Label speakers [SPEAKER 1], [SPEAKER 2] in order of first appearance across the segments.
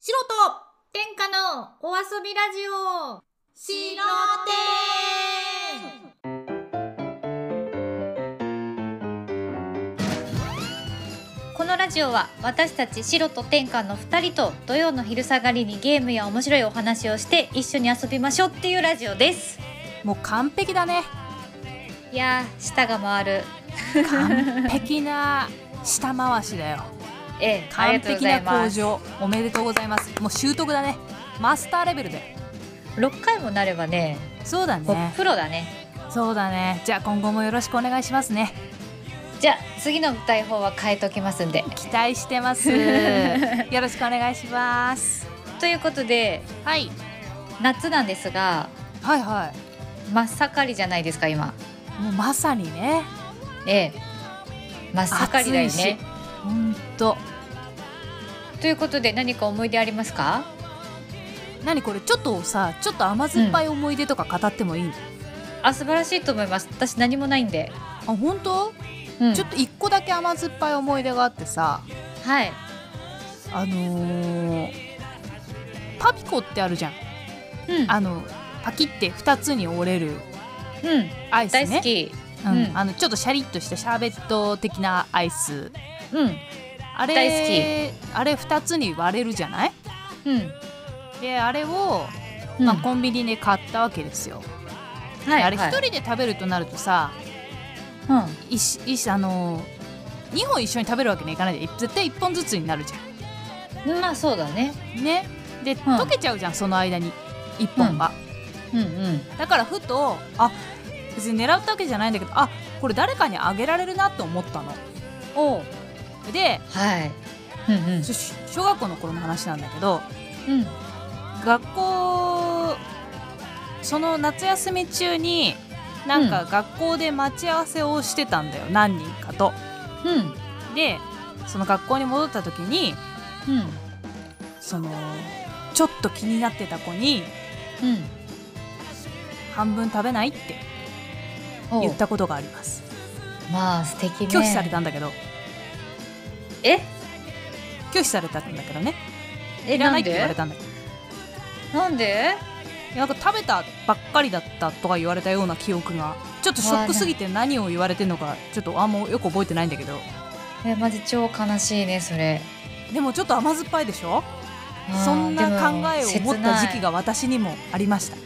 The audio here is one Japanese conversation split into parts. [SPEAKER 1] 素人
[SPEAKER 2] 天下のお遊びラジオ
[SPEAKER 1] 素人
[SPEAKER 2] このラジオは私たち白と天下の2人と土曜の昼下がりにゲームや面白いお話をして一緒に遊びましょうっていうラジオです
[SPEAKER 1] もう完璧だね
[SPEAKER 2] いやー舌が回る
[SPEAKER 1] 完璧な下回しだよ
[SPEAKER 2] ええ
[SPEAKER 1] 完璧な向
[SPEAKER 2] ありがとう
[SPEAKER 1] 上おめでとうございますもう習得だねマスターレベルで
[SPEAKER 2] ございます6回もなればね
[SPEAKER 1] そうだ
[SPEAKER 2] もう
[SPEAKER 1] ね
[SPEAKER 2] プロだね
[SPEAKER 1] そうだねじゃあ今後もよろしくお願いしますね
[SPEAKER 2] じゃあ次の台本は変えときますんで
[SPEAKER 1] 期待してま すよろしくお願いします
[SPEAKER 2] ということで
[SPEAKER 1] はい
[SPEAKER 2] 夏なんですが
[SPEAKER 1] はいは
[SPEAKER 2] 真っ盛りじゃないですか今
[SPEAKER 1] いもうまさにね
[SPEAKER 2] ええ真っ盛りだよ
[SPEAKER 1] 暑いし
[SPEAKER 2] ね
[SPEAKER 1] ほんと
[SPEAKER 2] ということで何か思い出ありますか
[SPEAKER 1] 何これちょっとさちょっと甘酸っぱい思い出とか語ってもいい、
[SPEAKER 2] あ素晴らしいと思います私何もないんで、
[SPEAKER 1] あ本当、
[SPEAKER 2] うん、
[SPEAKER 1] ちょっと一個だけ甘酸っぱい思い出があってさ
[SPEAKER 2] はい
[SPEAKER 1] あのーパピコってあるじゃん
[SPEAKER 2] うん
[SPEAKER 1] あのパキって2つに折れる
[SPEAKER 2] うん
[SPEAKER 1] アイスね
[SPEAKER 2] 大好き
[SPEAKER 1] うん
[SPEAKER 2] うん
[SPEAKER 1] あのちょっとシャリッとしたシャーベット的なアイス
[SPEAKER 2] うん
[SPEAKER 1] あれ
[SPEAKER 2] 大
[SPEAKER 1] あれ2つに割れるじゃない
[SPEAKER 2] うん
[SPEAKER 1] であれを、
[SPEAKER 2] うん
[SPEAKER 1] まあ、コンビニで買ったわけですよ、
[SPEAKER 2] はい
[SPEAKER 1] あれ
[SPEAKER 2] は
[SPEAKER 1] 1
[SPEAKER 2] い
[SPEAKER 1] 人で食べるとなるとさ、
[SPEAKER 2] うん
[SPEAKER 1] いしいしあの2本一緒に食べるわけにはいかないじゃん絶対1本ずつになるじゃ
[SPEAKER 2] まあそうだね
[SPEAKER 1] んねで、溶けちゃうじゃんその間に1本が、
[SPEAKER 2] うんうん
[SPEAKER 1] だからふとあ別に狙ったわけじゃないんだけどあこれ誰かにあげられるなと思ったの
[SPEAKER 2] おう
[SPEAKER 1] で
[SPEAKER 2] はいうんうん
[SPEAKER 1] し小学校の頃の話なんだけど
[SPEAKER 2] うん
[SPEAKER 1] 学校その夏休み中になんか学校で待ち合わせをしてたんだよ、何人かと。
[SPEAKER 2] うん
[SPEAKER 1] でその学校に戻った時に
[SPEAKER 2] うん
[SPEAKER 1] そのちょっと気になってた子に
[SPEAKER 2] うん
[SPEAKER 1] 「半分食べない?」って
[SPEAKER 2] おう
[SPEAKER 1] 言ったことがあります
[SPEAKER 2] まあ素敵ね
[SPEAKER 1] 拒否されたんだけど
[SPEAKER 2] え
[SPEAKER 1] 拒否されたんだけどね
[SPEAKER 2] え
[SPEAKER 1] いら
[SPEAKER 2] な
[SPEAKER 1] ない
[SPEAKER 2] ん
[SPEAKER 1] って言われ
[SPEAKER 2] で
[SPEAKER 1] たんだけど
[SPEAKER 2] なんで
[SPEAKER 1] いやなんか食べたばっかりだったとか言われたような記憶がちょっとショックすぎて何を言われてんのかちょっとあんまよく覚えてないんだけど
[SPEAKER 2] えマジ超悲しいねそれ
[SPEAKER 1] でもちょっと甘酸っぱいでしょ
[SPEAKER 2] あー
[SPEAKER 1] そんな考えを
[SPEAKER 2] でも
[SPEAKER 1] 持った時
[SPEAKER 2] 切
[SPEAKER 1] 期
[SPEAKER 2] ない
[SPEAKER 1] が私にもありました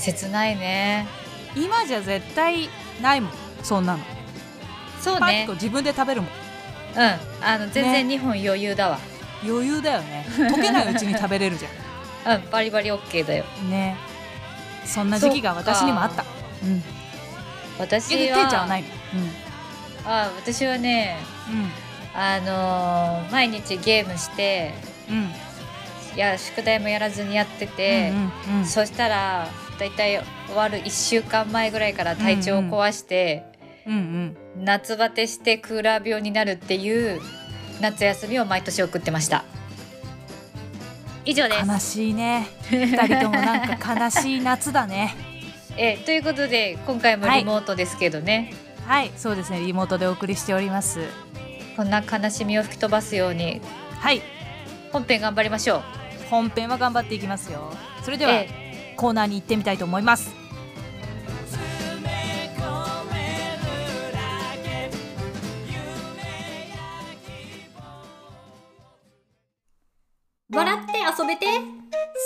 [SPEAKER 2] 切ないね
[SPEAKER 1] 今じゃ絶対ないもんそんなの
[SPEAKER 2] そう
[SPEAKER 1] パン
[SPEAKER 2] ね
[SPEAKER 1] と自分で食べるもん
[SPEAKER 2] うんあの全然日本余裕だわ、
[SPEAKER 1] 余裕だよね溶けないうちに食べれるじゃ
[SPEAKER 2] うんバリバリオッケーだよ
[SPEAKER 1] ん ねそんな時期が私にもあったうんえ
[SPEAKER 2] 私
[SPEAKER 1] ていち
[SPEAKER 2] は
[SPEAKER 1] ゃんはないの
[SPEAKER 2] あ私はねあのー毎日ゲームして
[SPEAKER 1] うんうん
[SPEAKER 2] いや宿題もやらずにやってて、
[SPEAKER 1] うんうんうん
[SPEAKER 2] そしたらだいたい終わる1週間前ぐらいから体調を壊して、
[SPEAKER 1] うんうん
[SPEAKER 2] 夏バテしてクーラー病になるっていう夏休みを毎年送ってました以上です
[SPEAKER 1] 悲しいね二人ともなんか悲しい夏 だね
[SPEAKER 2] えということで今回もリモートですけどね、
[SPEAKER 1] はいそうですねリモートでお送りしております
[SPEAKER 2] こんな悲しみを吹き飛ばすように
[SPEAKER 1] はい
[SPEAKER 2] 本編頑張りましょう
[SPEAKER 1] 本編は頑張っていきますよそれでは、
[SPEAKER 2] え
[SPEAKER 1] コーナーに行ってみたいと思います
[SPEAKER 2] 笑って遊べて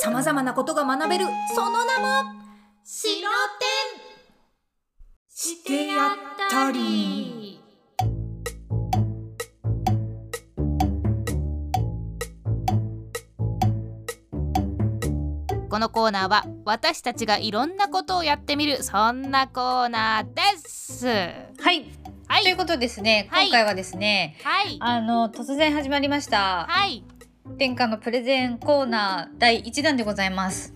[SPEAKER 1] さまざまなことが学べるその名も
[SPEAKER 2] 白
[SPEAKER 1] してやったりこのコーナーは私たちがいろんなことをやってみるそんなコーナーですは
[SPEAKER 2] はい、という
[SPEAKER 1] い
[SPEAKER 2] ことでですね、
[SPEAKER 1] はい
[SPEAKER 2] 今回はですね
[SPEAKER 1] はい
[SPEAKER 2] あの突然始まりました、
[SPEAKER 1] はい
[SPEAKER 2] 天下のプレゼンコーナー第一弾でございます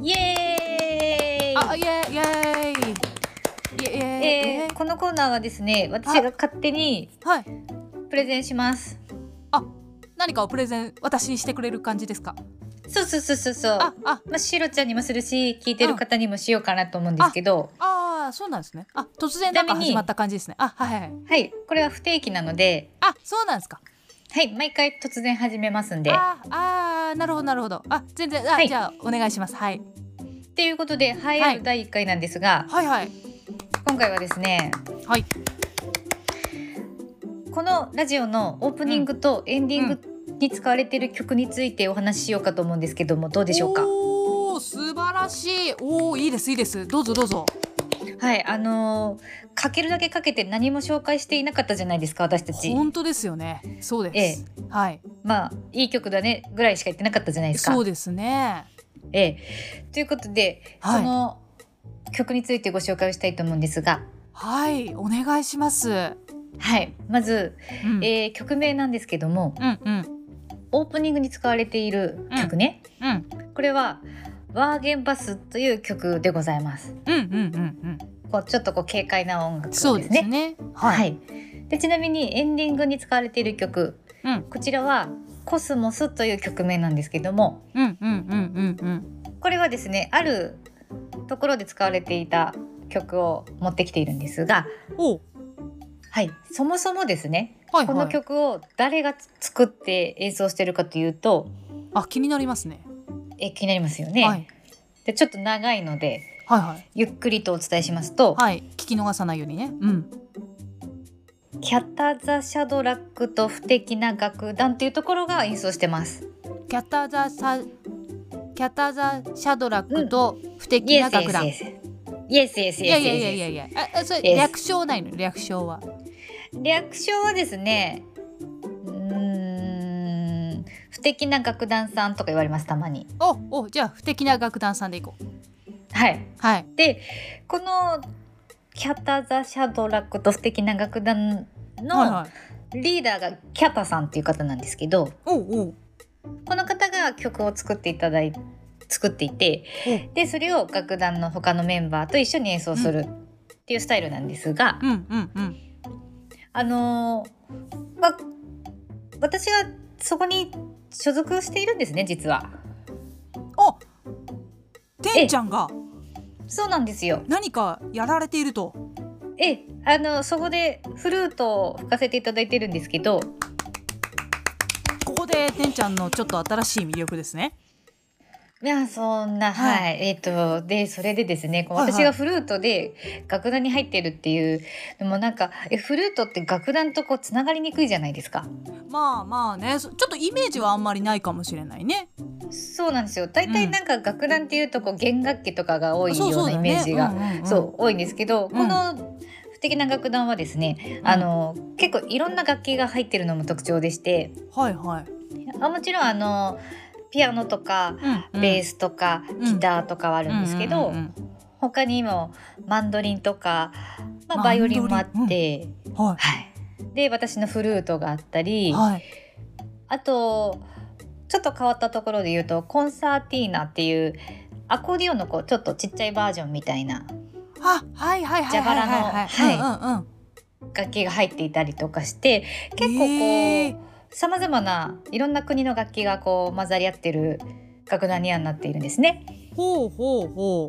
[SPEAKER 2] イエーイ
[SPEAKER 1] あイエーイイエーイイエーイイエ
[SPEAKER 2] えー、
[SPEAKER 1] ーイ
[SPEAKER 2] このコーナーはですね私が勝手に
[SPEAKER 1] はい
[SPEAKER 2] プレゼンします
[SPEAKER 1] 何かをプレゼン私にしてくれる感じですか
[SPEAKER 2] そうそうそうそうそう
[SPEAKER 1] ああ
[SPEAKER 2] まあ、シロちゃんにもするし聞いてる方にもしようかなと思うんですけど
[SPEAKER 1] ああそうなんですねあ突然なんか
[SPEAKER 2] ちなみに
[SPEAKER 1] 始まった感じですねあはいはい
[SPEAKER 2] はいこれは不定期なので
[SPEAKER 1] あそうなんですか
[SPEAKER 2] はい毎回突然始めますんで。
[SPEAKER 1] あーあーなるほどなるほどあ全然あ、
[SPEAKER 2] はい
[SPEAKER 1] じゃあお願いします、はい、
[SPEAKER 2] ということで「はいある第1回なんですが、
[SPEAKER 1] はいはい
[SPEAKER 2] 今回はですね
[SPEAKER 1] はい
[SPEAKER 2] このラジオのオープニングとエンディングに使われている曲についてお話ししようかと思うんですけどもどうでしょうか
[SPEAKER 1] おお素晴らしいおおいいですいいですどうぞどうぞ
[SPEAKER 2] はいあのーかけるだけかけて何も紹介していなかったじゃないですか私たち
[SPEAKER 1] 本当ですよねそうです、はい
[SPEAKER 2] まあいい曲だねぐらいしか言ってなかったじゃないですか
[SPEAKER 1] そうですね
[SPEAKER 2] ええということで、
[SPEAKER 1] は
[SPEAKER 2] そ
[SPEAKER 1] い
[SPEAKER 2] の曲についてご紹介をしたいと思うんですが
[SPEAKER 1] はいお願いします、う
[SPEAKER 2] はいまず、
[SPEAKER 1] ん
[SPEAKER 2] えー曲名なんですけども
[SPEAKER 1] うんうん
[SPEAKER 2] オープニングに使われている曲ね、
[SPEAKER 1] うん
[SPEAKER 2] これは「ワーゲンバス」という曲でございます。
[SPEAKER 1] うんうんうん
[SPEAKER 2] こうちょっとこう軽快な音楽
[SPEAKER 1] うん
[SPEAKER 2] ですね。
[SPEAKER 1] そうですね
[SPEAKER 2] はい、
[SPEAKER 1] い
[SPEAKER 2] でちなみにエンディングに使われている曲、
[SPEAKER 1] うん
[SPEAKER 2] こちらは「コスモス」という曲名なんですけども
[SPEAKER 1] うんうんうんうんうん
[SPEAKER 2] これはですねあるところで使われていた曲を持ってきているんですが、
[SPEAKER 1] おう
[SPEAKER 2] はい、そもそもですね、
[SPEAKER 1] はいはい
[SPEAKER 2] この曲を誰が作って演奏してるかというと
[SPEAKER 1] あ気になりますね
[SPEAKER 2] え気になりますよね、
[SPEAKER 1] はい
[SPEAKER 2] でちょっと長いので
[SPEAKER 1] はいはい
[SPEAKER 2] ゆっくりとお伝えしますと、
[SPEAKER 1] はい聞き逃さないようにねうん
[SPEAKER 2] キャタザ・シャドラックと不敵な楽団というところが演奏してます。
[SPEAKER 1] キャタザサキャタザシャドラックと不敵な楽団、
[SPEAKER 2] イエスイエスイエス
[SPEAKER 1] い
[SPEAKER 2] イ
[SPEAKER 1] や
[SPEAKER 2] エス
[SPEAKER 1] いやいや
[SPEAKER 2] イ
[SPEAKER 1] いや
[SPEAKER 2] エ
[SPEAKER 1] いやああそれ
[SPEAKER 2] Yes
[SPEAKER 1] 略称ないの略称は
[SPEAKER 2] ス略称はですねうーん不敵な楽団さんとか言われますたまに
[SPEAKER 1] おおじゃあ不敵な楽団さんでいこう
[SPEAKER 2] はい
[SPEAKER 1] はい
[SPEAKER 2] でこのキャタ・ザ・シャドラックと不敵な楽団
[SPEAKER 1] はい
[SPEAKER 2] の
[SPEAKER 1] はい
[SPEAKER 2] リーダーがキャタさんっていう方なんですけど
[SPEAKER 1] おうおう
[SPEAKER 2] この方が曲を作っていただい作っていて
[SPEAKER 1] うん
[SPEAKER 2] でそれを楽団の他のメンバーと一緒に演奏するっていうスタイルなんですが、
[SPEAKER 1] うんうんうん
[SPEAKER 2] あのーまあ私がそこに所属しているんですね実は。
[SPEAKER 1] おてんちゃんが
[SPEAKER 2] そうなんですよ。
[SPEAKER 1] 何かやられていると
[SPEAKER 2] ええ、あのそこでフルートを吹かせていただいてるんですけど、
[SPEAKER 1] ここでてんちゃんのちょっと新しい魅力ですね
[SPEAKER 2] いやそんな
[SPEAKER 1] は
[SPEAKER 2] はいい、えっ、とでそれでですね、こう
[SPEAKER 1] はいはい
[SPEAKER 2] 私がフルートで楽団に入ってるっていうでもなんかえフルートって楽団とこうつながりにくいじゃないですか。
[SPEAKER 1] まあまあねそちょっとイメージはあんまりないかもしれないね
[SPEAKER 2] そうなんですよ。大体なんか楽団っていうとこう弦楽器とかが多いようなイメージが
[SPEAKER 1] そうだねうんうんうん
[SPEAKER 2] そう多いんですけど、
[SPEAKER 1] ん
[SPEAKER 2] この不敵な楽団はですね、あの結構いろんな楽器が入ってるのも特徴でして
[SPEAKER 1] はいはい
[SPEAKER 2] あもちろんあのピアノとか
[SPEAKER 1] うん
[SPEAKER 2] ベースとか、
[SPEAKER 1] ん
[SPEAKER 2] ギターとかはあるんですけど、
[SPEAKER 1] うんうん
[SPEAKER 2] 他にもマンドリンとか、まあ、
[SPEAKER 1] マ
[SPEAKER 2] バ
[SPEAKER 1] ン
[SPEAKER 2] イ
[SPEAKER 1] ド
[SPEAKER 2] オ
[SPEAKER 1] リ
[SPEAKER 2] リ
[SPEAKER 1] ン
[SPEAKER 2] ンもあって、
[SPEAKER 1] うんは
[SPEAKER 2] はい、で私のフルートがあった
[SPEAKER 1] い
[SPEAKER 2] り、
[SPEAKER 1] はい
[SPEAKER 2] あとちょっと変わったところで言うとコンサーティーナっていうアコーディオンのこうちょっとちっちゃいバージョンみたいな
[SPEAKER 1] あはいはい
[SPEAKER 2] 蛇
[SPEAKER 1] はいはい
[SPEAKER 2] 腹の
[SPEAKER 1] はいはいうんうんうん
[SPEAKER 2] 楽器が入っていたりとかして結構こう、
[SPEAKER 1] へー
[SPEAKER 2] さまざまないろんな国の楽器がこう混ざり合ってる楽団にはなっているんですね。
[SPEAKER 1] ほうほうほ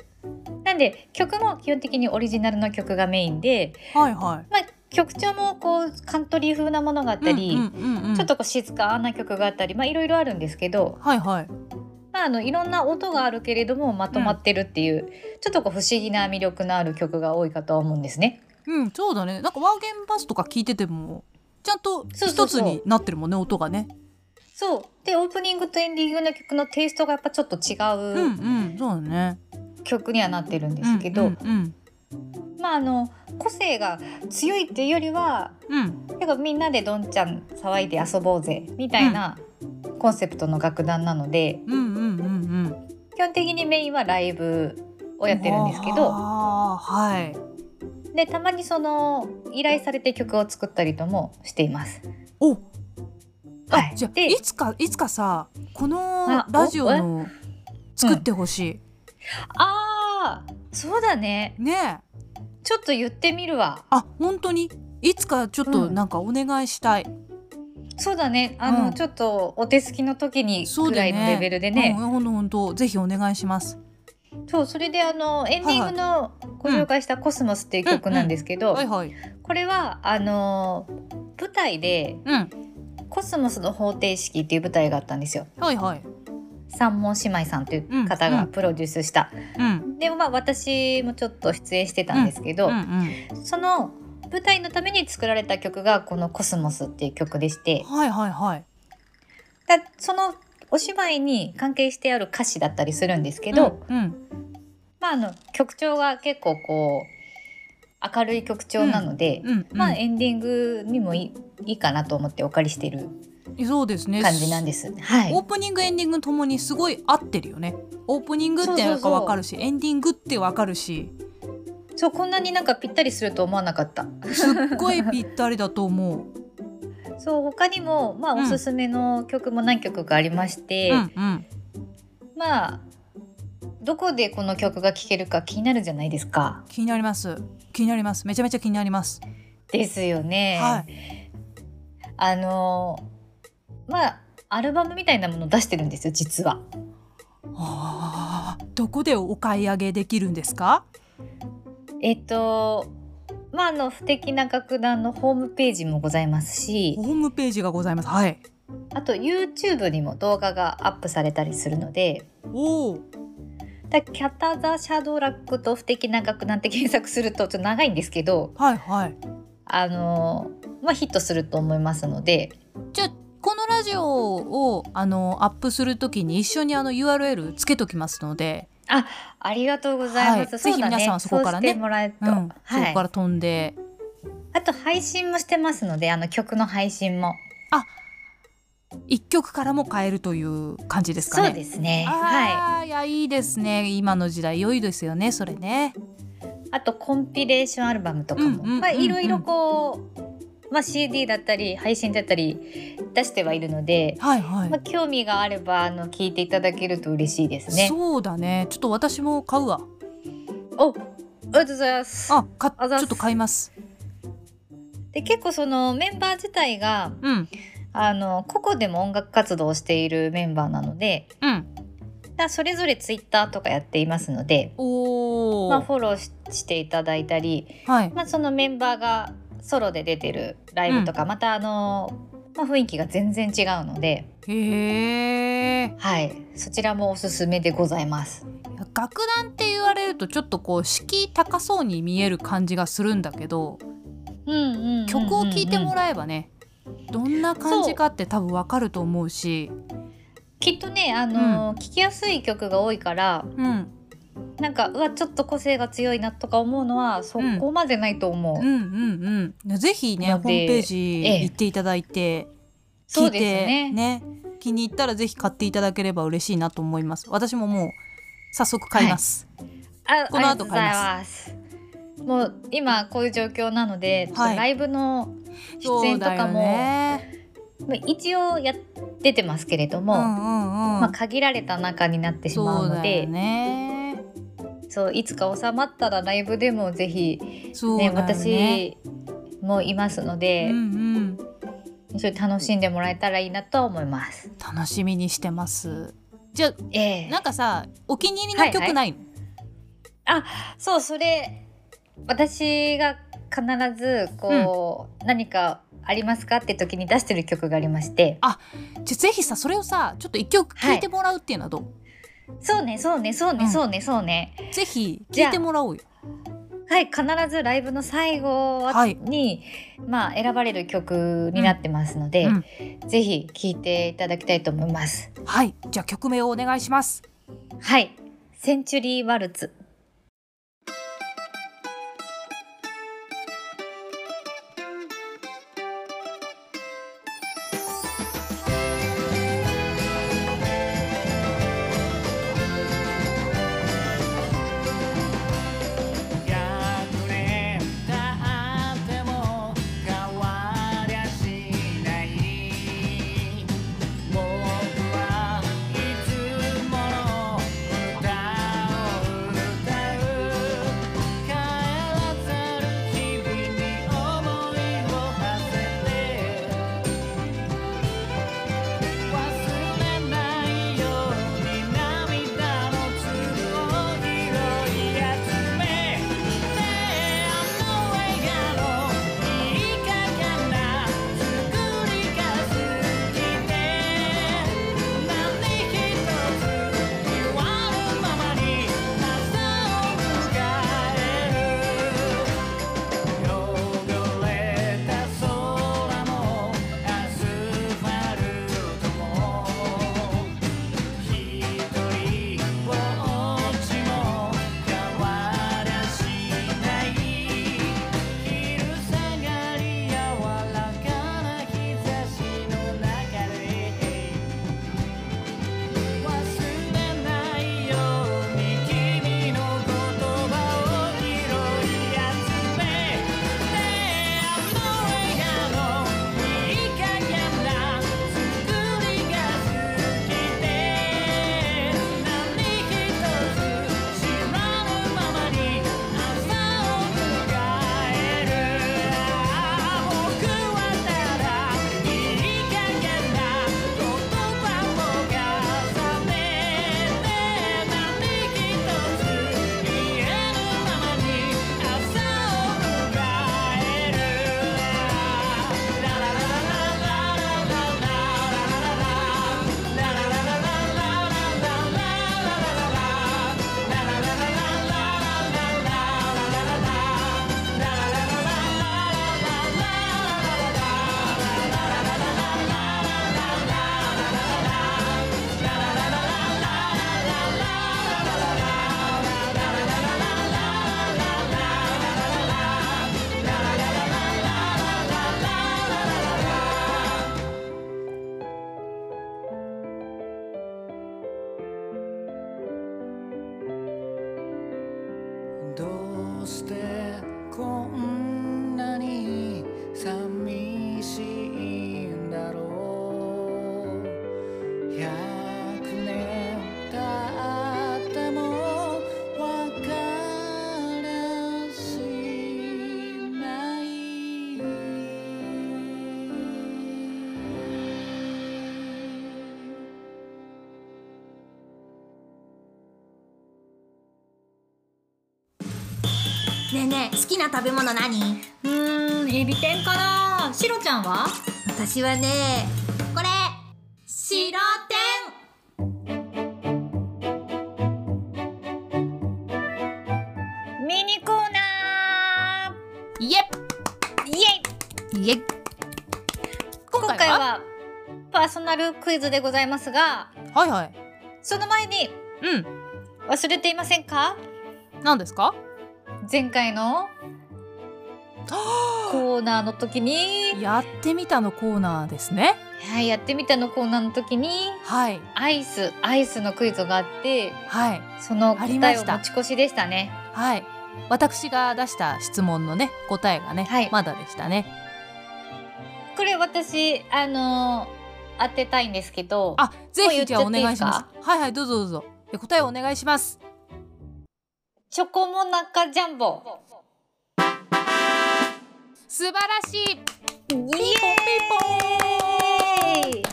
[SPEAKER 2] なんで曲も基本的にオリジナルの曲がメインで、
[SPEAKER 1] うはいは
[SPEAKER 2] まあ、曲調もこうカントリー風なものがあっ
[SPEAKER 1] い
[SPEAKER 2] たり、
[SPEAKER 1] うんうんうんうん
[SPEAKER 2] ちょっとこう静かな曲があったり、まあ、いろいろあるんですけど、
[SPEAKER 1] はいはい
[SPEAKER 2] まあ、あのいろんな音があるけれどもまとまってるっていう、ちょっとこう不思議な魅力のある曲が多いかとは思うんですね。
[SPEAKER 1] うんそうだねなんかワーゲンバスとか聞いててもちゃんと
[SPEAKER 2] そうそ
[SPEAKER 1] 一
[SPEAKER 2] うそ
[SPEAKER 1] つ
[SPEAKER 2] う
[SPEAKER 1] になってるもんね音がね
[SPEAKER 2] そうでオープニングとエンディングの曲のテイストがやっぱちょっと違
[SPEAKER 1] うん
[SPEAKER 2] う
[SPEAKER 1] うんそうだね
[SPEAKER 2] 曲にはなってるんですけど、
[SPEAKER 1] うんうん
[SPEAKER 2] まああの個性が強いっていうよりは
[SPEAKER 1] うんうん
[SPEAKER 2] 結構みんなでどんちゃん騒いで遊ぼうぜみたいなコンセプトの楽団なので、
[SPEAKER 1] うんうんうんうん
[SPEAKER 2] 基本的にメインはライブをやってるんですけど
[SPEAKER 1] あーはい
[SPEAKER 2] でたまにその依頼されて曲を作ったりともしています。
[SPEAKER 1] おあ、
[SPEAKER 2] はい
[SPEAKER 1] じゃあ
[SPEAKER 2] で
[SPEAKER 1] いつかいつかさこの
[SPEAKER 2] あ
[SPEAKER 1] ラジオの作ってほしい、
[SPEAKER 2] あーそうだね
[SPEAKER 1] ねえ
[SPEAKER 2] ちょっと言ってみるわ
[SPEAKER 1] あ本当にいつかちょっと
[SPEAKER 2] うん
[SPEAKER 1] なんかお願いしたい、
[SPEAKER 2] そうだねあの、
[SPEAKER 1] うん
[SPEAKER 2] ちょっとお手すきの時に
[SPEAKER 1] そう
[SPEAKER 2] ぐ
[SPEAKER 1] だ
[SPEAKER 2] ら
[SPEAKER 1] よね
[SPEAKER 2] いのレベルで
[SPEAKER 1] うん、
[SPEAKER 2] ね
[SPEAKER 1] ほんとほんとぜひお願いします
[SPEAKER 2] そう,、それであのエンディングのご紹介した「コスモス」っていう曲なんですけど、
[SPEAKER 1] はいはい
[SPEAKER 2] これはあのー舞台で
[SPEAKER 1] うん
[SPEAKER 2] コスモスの方程式っていう舞台があったんですよ
[SPEAKER 1] はいはい
[SPEAKER 2] 三門姉妹さんという方
[SPEAKER 1] うん
[SPEAKER 2] が
[SPEAKER 1] うん
[SPEAKER 2] プロデュースした、
[SPEAKER 1] うん
[SPEAKER 2] でまあ私もちょっと出演してたんですけど、
[SPEAKER 1] うんうん
[SPEAKER 2] その舞台のために作られた曲がこの「コスモス」っていう曲でして
[SPEAKER 1] はいはいはい
[SPEAKER 2] だそのお芝居に関係してある歌詞だったりするんですけど、
[SPEAKER 1] うんうん
[SPEAKER 2] まあ、あの曲調が結構こう明るい曲調なので、
[SPEAKER 1] うんうん
[SPEAKER 2] まあ、エンディングにもいいいいかなと思ってお借りしてる
[SPEAKER 1] そうですね
[SPEAKER 2] 感じなんです。はい
[SPEAKER 1] オープニングエンディングともにすごい合ってるよねオープニングってなんかわかるしエンディングってわかるし
[SPEAKER 2] そうこんなになんかぴったりすると思わなかった
[SPEAKER 1] すっごいぴったりだと 思う。
[SPEAKER 2] そう他にも、まあ、
[SPEAKER 1] うん
[SPEAKER 2] おすすめの曲も何曲かありまして、
[SPEAKER 1] うんうん、
[SPEAKER 2] まあどこでこの曲が聴けるか気になるじゃないですか。
[SPEAKER 1] 気になります気になりますめちゃめちゃ気になります。
[SPEAKER 2] ですよね。
[SPEAKER 1] はい、
[SPEAKER 2] あのまあアルバムみたいなもの出してるんですよ実は。
[SPEAKER 1] あーどこでお買い上げできるんですか
[SPEAKER 2] えっとまああの不敵な楽団のホームページもございますし
[SPEAKER 1] ホームページがございます。はい、
[SPEAKER 2] あと YouTube にも動画がアップされたりするので
[SPEAKER 1] おお
[SPEAKER 2] 「だキャタ・ザ・シャドーラック」と「不敵な楽団」って検索するとちょっと長いんですけど
[SPEAKER 1] はいはい。
[SPEAKER 2] あのまあヒットすると思いますので
[SPEAKER 1] じゃあこのラジオをあのアップするときに一緒にあの URL つけときますので、
[SPEAKER 2] ありがとうございます、
[SPEAKER 1] は
[SPEAKER 2] そうだ
[SPEAKER 1] いぜひ皆
[SPEAKER 2] ね
[SPEAKER 1] さんそこからね
[SPEAKER 2] そうしてもらえると、
[SPEAKER 1] うんそ
[SPEAKER 2] は
[SPEAKER 1] こ
[SPEAKER 2] い
[SPEAKER 1] から飛んで、
[SPEAKER 2] あと配信もしてますのであの曲の配信も、
[SPEAKER 1] 一曲からも買えるという感じですかね。
[SPEAKER 2] そうですねはい
[SPEAKER 1] あーいやいいですね今の時代良いですよねそれね
[SPEAKER 2] あとコンピレーションアルバムとかも、
[SPEAKER 1] うんうん
[SPEAKER 2] まあ
[SPEAKER 1] うんうん
[SPEAKER 2] いろいろこう、まあ、CD だったり配信だったり出してはいるので、
[SPEAKER 1] はいはい、
[SPEAKER 2] まあ、興味があればあの聞いていただけると嬉しいですね。
[SPEAKER 1] そうだねちょっと私も買うわ
[SPEAKER 2] おありがとうございます
[SPEAKER 1] あか
[SPEAKER 2] あ
[SPEAKER 1] ち
[SPEAKER 2] ざっ
[SPEAKER 1] ょ
[SPEAKER 2] す
[SPEAKER 1] っと買います
[SPEAKER 2] で結構そのメンバー自体が
[SPEAKER 1] うん
[SPEAKER 2] あの個々でも音楽活動をしているメンバーなので
[SPEAKER 1] うん
[SPEAKER 2] だそれぞれツイッターとかやっていますので、
[SPEAKER 1] おお、
[SPEAKER 2] まあ、フォローししていただいたり、
[SPEAKER 1] はい
[SPEAKER 2] まあ、そのメンバーがソロで出てるライブとか、またあの、まあ、雰囲気が全然違うので、
[SPEAKER 1] へえ
[SPEAKER 2] はい、そちらもおすすめでございます。
[SPEAKER 1] 楽団って言われるとちょっとこう敷居高そうに見える感じがするんだけど
[SPEAKER 2] うんうんうんうんうん
[SPEAKER 1] 曲を聴いてもらえばねどんな感じかって多分わかると思うし
[SPEAKER 2] きっとね、あの聞きやすい曲が多いから
[SPEAKER 1] うん
[SPEAKER 2] なんかうわちょっと個性が強いなとか思うのはそこまでないと思う。
[SPEAKER 1] うんうんうんぜひね
[SPEAKER 2] な
[SPEAKER 1] ホ
[SPEAKER 2] の
[SPEAKER 1] ーム
[SPEAKER 2] で
[SPEAKER 1] ページ
[SPEAKER 2] ええ
[SPEAKER 1] 行っていただいて
[SPEAKER 2] そ
[SPEAKER 1] 聞
[SPEAKER 2] う
[SPEAKER 1] い
[SPEAKER 2] です
[SPEAKER 1] て
[SPEAKER 2] ね
[SPEAKER 1] ね気に入ったらぜひ買っていただければ嬉しいなと思います私ももう早速買います、
[SPEAKER 2] ああ
[SPEAKER 1] この後
[SPEAKER 2] りがとうございます。もう今こういう状況なので、ちょっと
[SPEAKER 1] はい
[SPEAKER 2] ライブの
[SPEAKER 1] そう
[SPEAKER 2] 出演と
[SPEAKER 1] だ
[SPEAKER 2] か
[SPEAKER 1] よ
[SPEAKER 2] も、
[SPEAKER 1] ね
[SPEAKER 2] まあ一応や出てますけれど
[SPEAKER 1] う
[SPEAKER 2] も、
[SPEAKER 1] んうんうん、
[SPEAKER 2] まあ、限られた中になってしま
[SPEAKER 1] そうう
[SPEAKER 2] の
[SPEAKER 1] だ
[SPEAKER 2] で
[SPEAKER 1] よね
[SPEAKER 2] そういつか収まったらライブでもぜひ、
[SPEAKER 1] そう
[SPEAKER 2] ね
[SPEAKER 1] だよね
[SPEAKER 2] 私もいますので
[SPEAKER 1] う、んうん
[SPEAKER 2] それ楽しんでもらえたらいいなとは思います。
[SPEAKER 1] 楽しみにしてますじゃあ
[SPEAKER 2] ええ
[SPEAKER 1] なんかさお気に入りの曲ないの、
[SPEAKER 2] そうそれ私が必ずこう、何かありますかって時に出してる曲がありまして
[SPEAKER 1] じゃあぜひさそれをさちょっと一曲聴いてもらうっていうのはどう、
[SPEAKER 2] そうねそうねそうね、
[SPEAKER 1] うん
[SPEAKER 2] そうねそうね
[SPEAKER 1] ぜひ聴いてもらおうよ
[SPEAKER 2] はい必ずライブの最後は
[SPEAKER 1] はい
[SPEAKER 2] に、まあ選ばれる曲になってますので、
[SPEAKER 1] うん
[SPEAKER 2] ぜひ聴いていただきたいと思います
[SPEAKER 1] はいじゃあ曲名をお願いします
[SPEAKER 2] はいセンチュリーワルツ
[SPEAKER 3] 「隠れたっても変わりゃしない」「僕はいつもの歌を歌してこんなに寂しいんだろう100年経っても分からしない
[SPEAKER 4] ねえねえ好きな食べ物何
[SPEAKER 2] うーんエビ天かなシロちゃんは
[SPEAKER 4] 私はねこれ白天
[SPEAKER 2] ミニコーナ
[SPEAKER 1] イエッ
[SPEAKER 2] ーイエイ
[SPEAKER 1] イエッ
[SPEAKER 2] 今回はパーソナルクイズでございますが
[SPEAKER 1] はいはい
[SPEAKER 2] その前に
[SPEAKER 1] うん
[SPEAKER 2] 忘れていませんか
[SPEAKER 1] 何ですか
[SPEAKER 2] 前回のコーナーの時に
[SPEAKER 1] やってみたのコーナーですね
[SPEAKER 2] はいやってみたのコーナーの時に
[SPEAKER 1] はい
[SPEAKER 2] アイスアイスのクイズがあって
[SPEAKER 1] はい
[SPEAKER 2] その答
[SPEAKER 1] ありま
[SPEAKER 2] えを
[SPEAKER 1] した
[SPEAKER 2] 持ち越しでしたね
[SPEAKER 1] はい私が出した質問のね答えがね、
[SPEAKER 2] はい
[SPEAKER 1] まだでしたね
[SPEAKER 2] これ私あのー当てたいんですけど
[SPEAKER 1] あぜ
[SPEAKER 2] もう言っ
[SPEAKER 1] ひ
[SPEAKER 2] ち
[SPEAKER 1] じ
[SPEAKER 2] ゃ
[SPEAKER 1] ゃ
[SPEAKER 2] っ
[SPEAKER 1] あ
[SPEAKER 2] て
[SPEAKER 1] お
[SPEAKER 2] いい
[SPEAKER 1] 願
[SPEAKER 2] で
[SPEAKER 1] い
[SPEAKER 2] す
[SPEAKER 1] し
[SPEAKER 2] か
[SPEAKER 1] ますはいはいどうぞどうぞで答えお願いします
[SPEAKER 2] チョコモナカジャンボ
[SPEAKER 1] 素晴らしい
[SPEAKER 2] イエーイ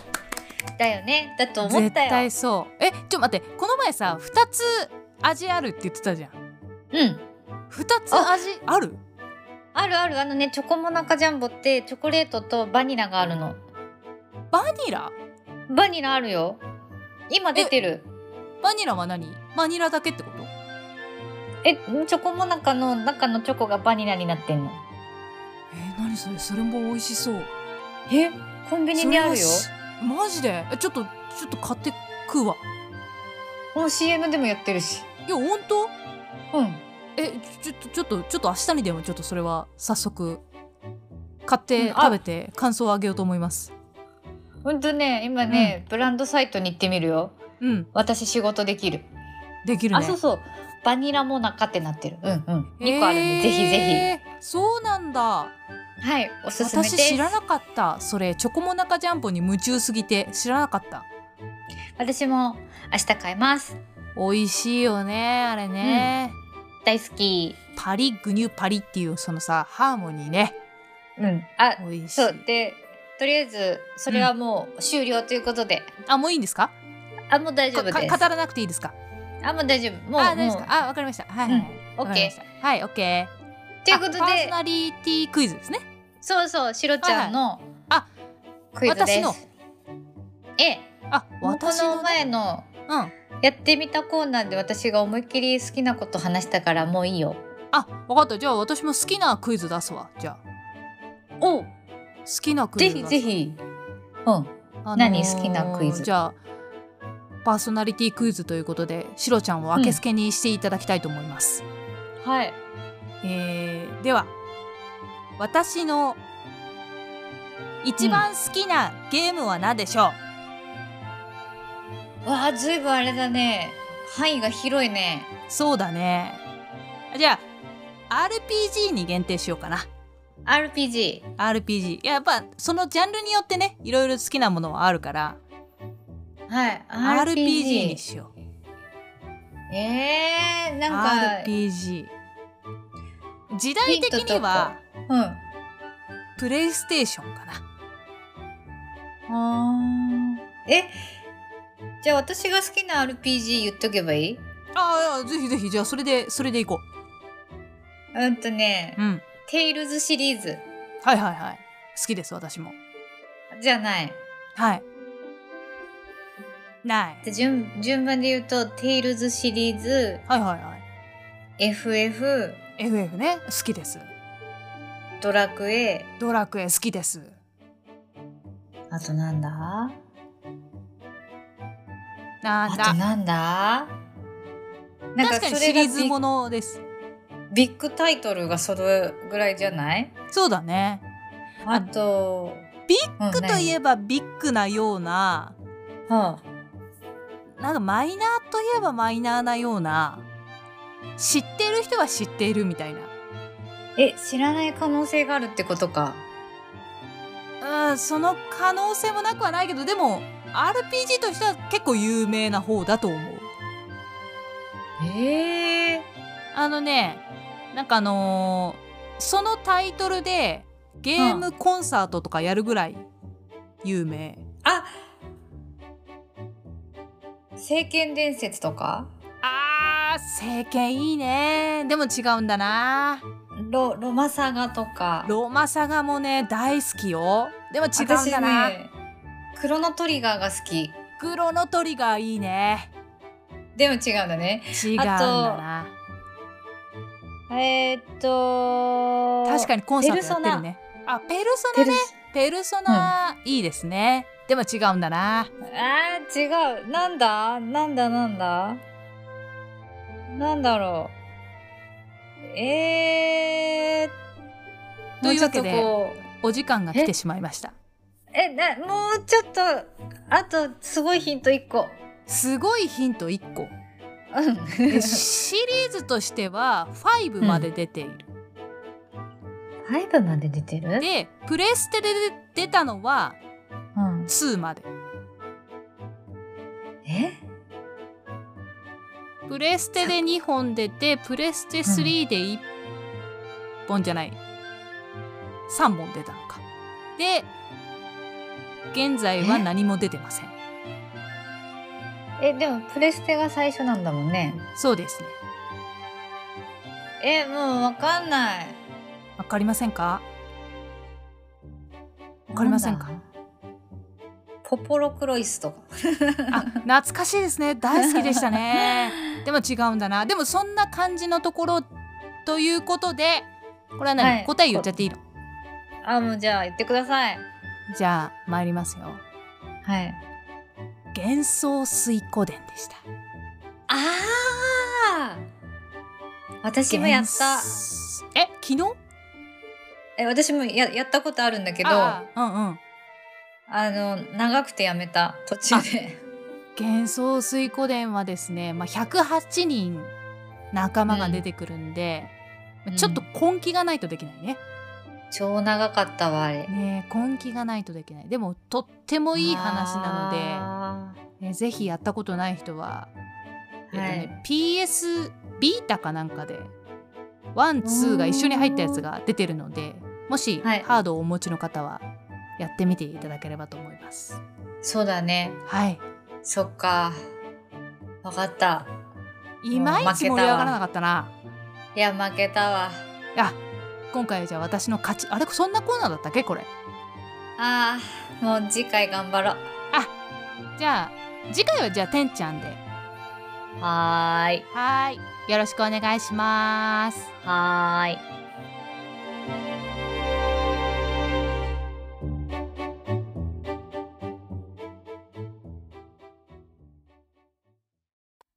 [SPEAKER 2] だよねだと思っ
[SPEAKER 1] 絶
[SPEAKER 2] たよ
[SPEAKER 1] 対そうえちょ待ってこの前さ2つ味あるって言ってたじゃん
[SPEAKER 2] うん
[SPEAKER 1] 2つ味ある
[SPEAKER 2] あるあるあのねチョコモナカジャンボってチョコレートとバニラがあるの
[SPEAKER 1] バニラ
[SPEAKER 2] バニラあるよ今出てる
[SPEAKER 1] バニラは何バニラだけってこと
[SPEAKER 2] えチョコモナカの中のチョコがバニラになってんの
[SPEAKER 1] えー、何それそれも美味しそう
[SPEAKER 2] えコンビニにあるよ
[SPEAKER 1] それはしマジでえちょっとちょっと買って食うわ
[SPEAKER 2] もう CM でもやってるし
[SPEAKER 1] いや本当
[SPEAKER 2] うん
[SPEAKER 1] えちょちょちょっとちょっと明日にでもちょっとそれは早速買っ
[SPEAKER 2] う
[SPEAKER 1] て
[SPEAKER 2] んあ
[SPEAKER 1] 食べて感想をあげようと思います
[SPEAKER 2] ほんとね今ね、ブランドサイトに行ってみるよ
[SPEAKER 1] うん
[SPEAKER 2] 私仕事できる
[SPEAKER 1] できるね
[SPEAKER 2] あそうそうバニラモナカってなってるうんうん2個あるんで、
[SPEAKER 1] えー
[SPEAKER 2] ぜひぜ
[SPEAKER 1] そうなんだ
[SPEAKER 2] ひはいおすすめです
[SPEAKER 1] 私知らなかったそれチョコモナカジャンボに夢中すぎて知らなかった
[SPEAKER 2] 私も明日買います
[SPEAKER 1] 美味しいよねあれね、
[SPEAKER 2] 大好き
[SPEAKER 1] パリグニュパリっていうそのさハーモニーね
[SPEAKER 2] うんあ
[SPEAKER 1] 美味しい
[SPEAKER 2] そうでとりあえずそれはもう終了ということで、
[SPEAKER 1] あもういいんですか
[SPEAKER 2] あもう大丈夫
[SPEAKER 1] か
[SPEAKER 2] です
[SPEAKER 1] 語らなくていいですか
[SPEAKER 2] あもう大丈夫もう
[SPEAKER 1] あ大丈夫です
[SPEAKER 2] もう
[SPEAKER 1] かあわかりましたはいはい、
[SPEAKER 2] うん
[SPEAKER 1] わかりましたはいオッケー
[SPEAKER 2] ということ
[SPEAKER 1] あパーソ
[SPEAKER 2] で
[SPEAKER 1] ナリティクイズですね
[SPEAKER 2] そうそうしろちゃんの
[SPEAKER 1] あ
[SPEAKER 2] クイズです、
[SPEAKER 1] 私の
[SPEAKER 2] ええ
[SPEAKER 1] あ
[SPEAKER 2] もうこ
[SPEAKER 1] 私
[SPEAKER 2] の
[SPEAKER 1] のね
[SPEAKER 2] 前の
[SPEAKER 1] うん
[SPEAKER 2] やってみたコーナーで私が思いっきり好きなこと話したからもういいよ
[SPEAKER 1] あわかったじゃあ私も好きなクイズ出すわじゃあ
[SPEAKER 2] お
[SPEAKER 1] 好きなクイ
[SPEAKER 2] ぜ
[SPEAKER 1] ズ出
[SPEAKER 2] ひ
[SPEAKER 1] す
[SPEAKER 2] ぜひうん
[SPEAKER 1] あのー
[SPEAKER 2] 何好きなクイズ
[SPEAKER 1] じゃあパーソナリティクイズということでシロちゃんを明けすけにしていただきたいと思います、
[SPEAKER 2] はい
[SPEAKER 1] えー、では私の一番好きなゲームは何でしょう、
[SPEAKER 2] わあずいぶんあれだね範囲が広いね
[SPEAKER 1] そうだねじゃあ RPG に限定しようかな
[SPEAKER 2] RPG
[SPEAKER 1] RPG いややっぱそのジャンルによってねいろいろ好きなものはあるから
[SPEAKER 2] はい
[SPEAKER 1] RPG にしよう
[SPEAKER 2] えー、なんか、
[SPEAKER 1] RPG 時代的には
[SPEAKER 2] うん。
[SPEAKER 1] プレイステーションかな
[SPEAKER 2] あーえ、じゃあ私が好きな RPG 言っとけばいい
[SPEAKER 1] ああぜひぜひじゃあそれでそれでいこ
[SPEAKER 2] うんとね
[SPEAKER 1] う、うん
[SPEAKER 2] テイルズシリーズ
[SPEAKER 1] はいはいはい好きです私も
[SPEAKER 2] じゃない。
[SPEAKER 1] はいない
[SPEAKER 2] で順順番で言うと、テイルズシリーズ、
[SPEAKER 1] はいはいは
[SPEAKER 2] FF、
[SPEAKER 1] い FF ね好きです
[SPEAKER 2] ドラクエ、
[SPEAKER 1] ドラクエ好きです
[SPEAKER 2] あとなんだ
[SPEAKER 1] なん
[SPEAKER 2] あ
[SPEAKER 1] だ
[SPEAKER 2] となんだなんか
[SPEAKER 1] 確かに
[SPEAKER 2] そ
[SPEAKER 1] シ
[SPEAKER 2] れ
[SPEAKER 1] リ
[SPEAKER 2] が
[SPEAKER 1] ーズ
[SPEAKER 2] ビ
[SPEAKER 1] も
[SPEAKER 2] ッ
[SPEAKER 1] のです
[SPEAKER 2] ビッグタイトルがそれぐらいじゃない
[SPEAKER 1] そうだね
[SPEAKER 2] あと、
[SPEAKER 1] ビ
[SPEAKER 2] ッ
[SPEAKER 1] ビッグとい
[SPEAKER 2] え
[SPEAKER 1] えばビッグなようななんかマイナーといえばマイナーなような知ってる人は知っているみたいな
[SPEAKER 2] え知らない可能性があるってことか
[SPEAKER 1] うんその可能性もなくはないけどでも RPG としては結構有名な方だと思う
[SPEAKER 2] ええ
[SPEAKER 1] あのねなんかあのーそのタイトルでゲームコンサートとかやるぐらい有名、
[SPEAKER 2] あ聖剣伝説とか
[SPEAKER 1] あー聖剣いいねでも違うんだな
[SPEAKER 2] ロロマサガとか
[SPEAKER 1] ロマサガもね大好きよでも違うん
[SPEAKER 2] 私
[SPEAKER 1] だな、
[SPEAKER 2] ねクロノトリガーが好き
[SPEAKER 1] クロノトリガーいいね
[SPEAKER 2] でも違うんだね
[SPEAKER 1] 違うんだな
[SPEAKER 2] えー、っと
[SPEAKER 1] 確かにコンサートやってるねあペルソナね
[SPEAKER 2] ね
[SPEAKER 1] ペルソナ、いいですねでも違うんだな
[SPEAKER 2] あー違うなんだなんだなんだなんだろうえー、
[SPEAKER 1] というわけで
[SPEAKER 2] もちょっとこう
[SPEAKER 1] お時間が来てしまいました
[SPEAKER 2] えなもうちょっとあとすごいヒント1個
[SPEAKER 1] すごいヒント1個
[SPEAKER 2] うん
[SPEAKER 1] でシリーズとしては5まで出ている、
[SPEAKER 2] 5まで出てる
[SPEAKER 1] でプレステで出たのは
[SPEAKER 2] うん、
[SPEAKER 1] 2まで
[SPEAKER 2] え
[SPEAKER 1] プレステで2本出てプレステ3で1本じゃない3本出たのかで現在は何も出てません
[SPEAKER 2] えでもプレステが最初なんだもんね
[SPEAKER 1] そうですね
[SPEAKER 2] えもうわかんない
[SPEAKER 1] わかりませんかわかりませんか
[SPEAKER 2] なんだポポロクロイスとか
[SPEAKER 1] あ懐かしいですね大好きでし たねでも違うんだなでもそんな感じのところということでこれは何、
[SPEAKER 2] はい
[SPEAKER 1] 答え言っちゃっていいの
[SPEAKER 2] あもうじゃあ言ってください
[SPEAKER 1] じゃあ参りますよ
[SPEAKER 2] はい
[SPEAKER 1] 幻想水湖伝でした
[SPEAKER 2] あー私もやった
[SPEAKER 1] 幻想え昨日
[SPEAKER 2] え私もややったことあるんだけど
[SPEAKER 1] あ
[SPEAKER 2] あ
[SPEAKER 1] あうんうん
[SPEAKER 2] の長くてやめた途中で
[SPEAKER 1] 幻想水湖伝はですね、まあ、108人仲間が出てくるんで、
[SPEAKER 2] うん
[SPEAKER 1] まあちょっと根気がないとできないね
[SPEAKER 2] 超長かったわあれ
[SPEAKER 1] ねえ根気がないとできないでもとってもいい話なので
[SPEAKER 2] の
[SPEAKER 1] ね、ぜひやったことない人は、えっと
[SPEAKER 2] はい
[SPEAKER 1] ね、PS ビータかなんかで12が一緒に入ったやつが出てるのでもし
[SPEAKER 2] はい
[SPEAKER 1] ハードをお持ちの方はやってみていただければと思います。
[SPEAKER 2] そうだね
[SPEAKER 1] はい、
[SPEAKER 2] そっかわかった
[SPEAKER 1] いまいち盛り上がらなかったない
[SPEAKER 2] や負けたわ
[SPEAKER 1] あ今回はじゃあ私の勝ちあれそんなコーナーだったっけこれ
[SPEAKER 2] あーもう次回頑張ろう
[SPEAKER 1] じゃあ次回はじゃあてんちゃんで
[SPEAKER 2] はーい
[SPEAKER 1] はーいよろしくお願いします。
[SPEAKER 2] はーい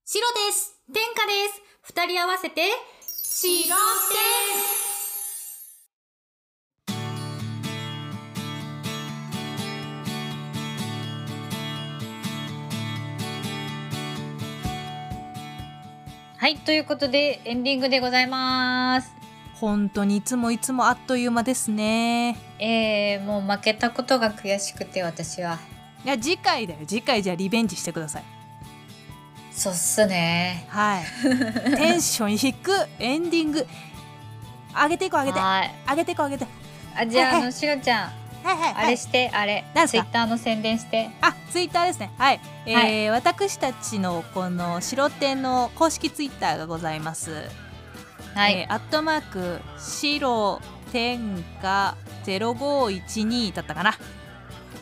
[SPEAKER 4] 白です天下です二人合わせて白天
[SPEAKER 2] はいということでエンディングでございます
[SPEAKER 1] 本当にいつもいつもあっという間ですね。
[SPEAKER 2] えー、もう負けたことが悔しくて私はい
[SPEAKER 1] や次回だよ次回じゃあリベンジしてください
[SPEAKER 2] そうっすね
[SPEAKER 1] はいテンション低くエンディング上げていこう上げて
[SPEAKER 2] はーい
[SPEAKER 1] 上げていこう上げて
[SPEAKER 2] あじゃあ,、
[SPEAKER 1] はいはい
[SPEAKER 2] あのしろちゃん、
[SPEAKER 1] はいはい
[SPEAKER 2] あ
[SPEAKER 1] は
[SPEAKER 2] れ
[SPEAKER 1] い
[SPEAKER 2] してあれ
[SPEAKER 1] なんす
[SPEAKER 2] ツイ
[SPEAKER 1] か
[SPEAKER 2] ッターの宣伝して
[SPEAKER 1] あツイッターですねはい、えー私たちのこの白天の公式ツイッターがございます
[SPEAKER 2] はい、
[SPEAKER 1] えーアットマーク白天下0512だったかな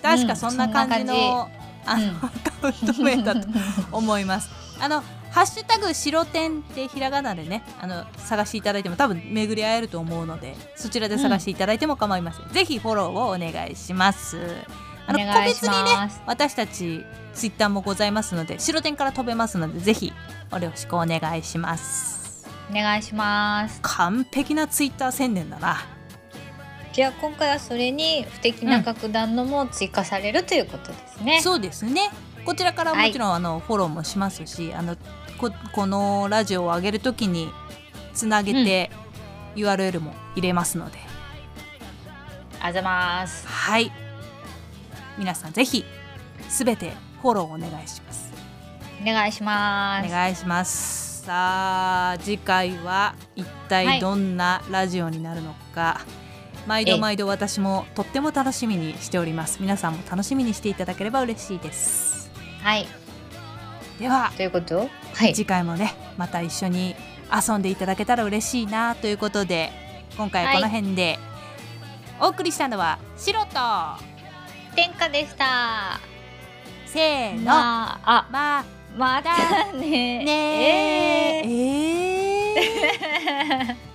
[SPEAKER 1] 確かそんな感じ
[SPEAKER 2] うんそん
[SPEAKER 1] の、あ
[SPEAKER 2] う
[SPEAKER 1] の
[SPEAKER 2] ん
[SPEAKER 1] アカウント名だった思 います。あのハッシュタグ白点ってひらがなでねあの探していただいても多分巡り会えると思うのでそちらで探していただいても構いません、ぜひフォローをお願いしますあの
[SPEAKER 2] お
[SPEAKER 1] 個
[SPEAKER 2] 願いし
[SPEAKER 1] 別に
[SPEAKER 2] ま
[SPEAKER 1] ね
[SPEAKER 2] す
[SPEAKER 1] 私たちツイッターもございますので白点から飛べますのでぜひよろしくお願いします
[SPEAKER 2] お願いします
[SPEAKER 1] 完璧なツイッター宣伝だな
[SPEAKER 2] じゃあ今回はそれに不敵な楽団のも追加されるということですね、
[SPEAKER 1] そうですねこちらからもちろん、あのフォローもしますしあのここのラジオを上げるときにつなげて URL も入れますので、
[SPEAKER 2] あざます
[SPEAKER 1] はい皆さんぜひすべてフォローお願いします
[SPEAKER 2] お願いします
[SPEAKER 1] お願いしますさあ次回は一
[SPEAKER 2] は
[SPEAKER 1] 体
[SPEAKER 2] い
[SPEAKER 1] どんなラジオになるのか、毎
[SPEAKER 2] え
[SPEAKER 1] 度
[SPEAKER 2] い
[SPEAKER 1] 毎度私もとっても楽しみにしております皆さんも楽しみにしていただければ嬉しいです
[SPEAKER 2] はい
[SPEAKER 1] では
[SPEAKER 2] ということはい
[SPEAKER 1] 次回もねまた一緒に遊んでいただけたら嬉しいなということで今回はこの辺で、お送りしたのはシロと
[SPEAKER 2] 天下でした
[SPEAKER 1] せーの、ま
[SPEAKER 2] まあ
[SPEAKER 1] あ
[SPEAKER 2] あまたね
[SPEAKER 1] ねえ
[SPEAKER 2] え
[SPEAKER 1] えー
[SPEAKER 2] ー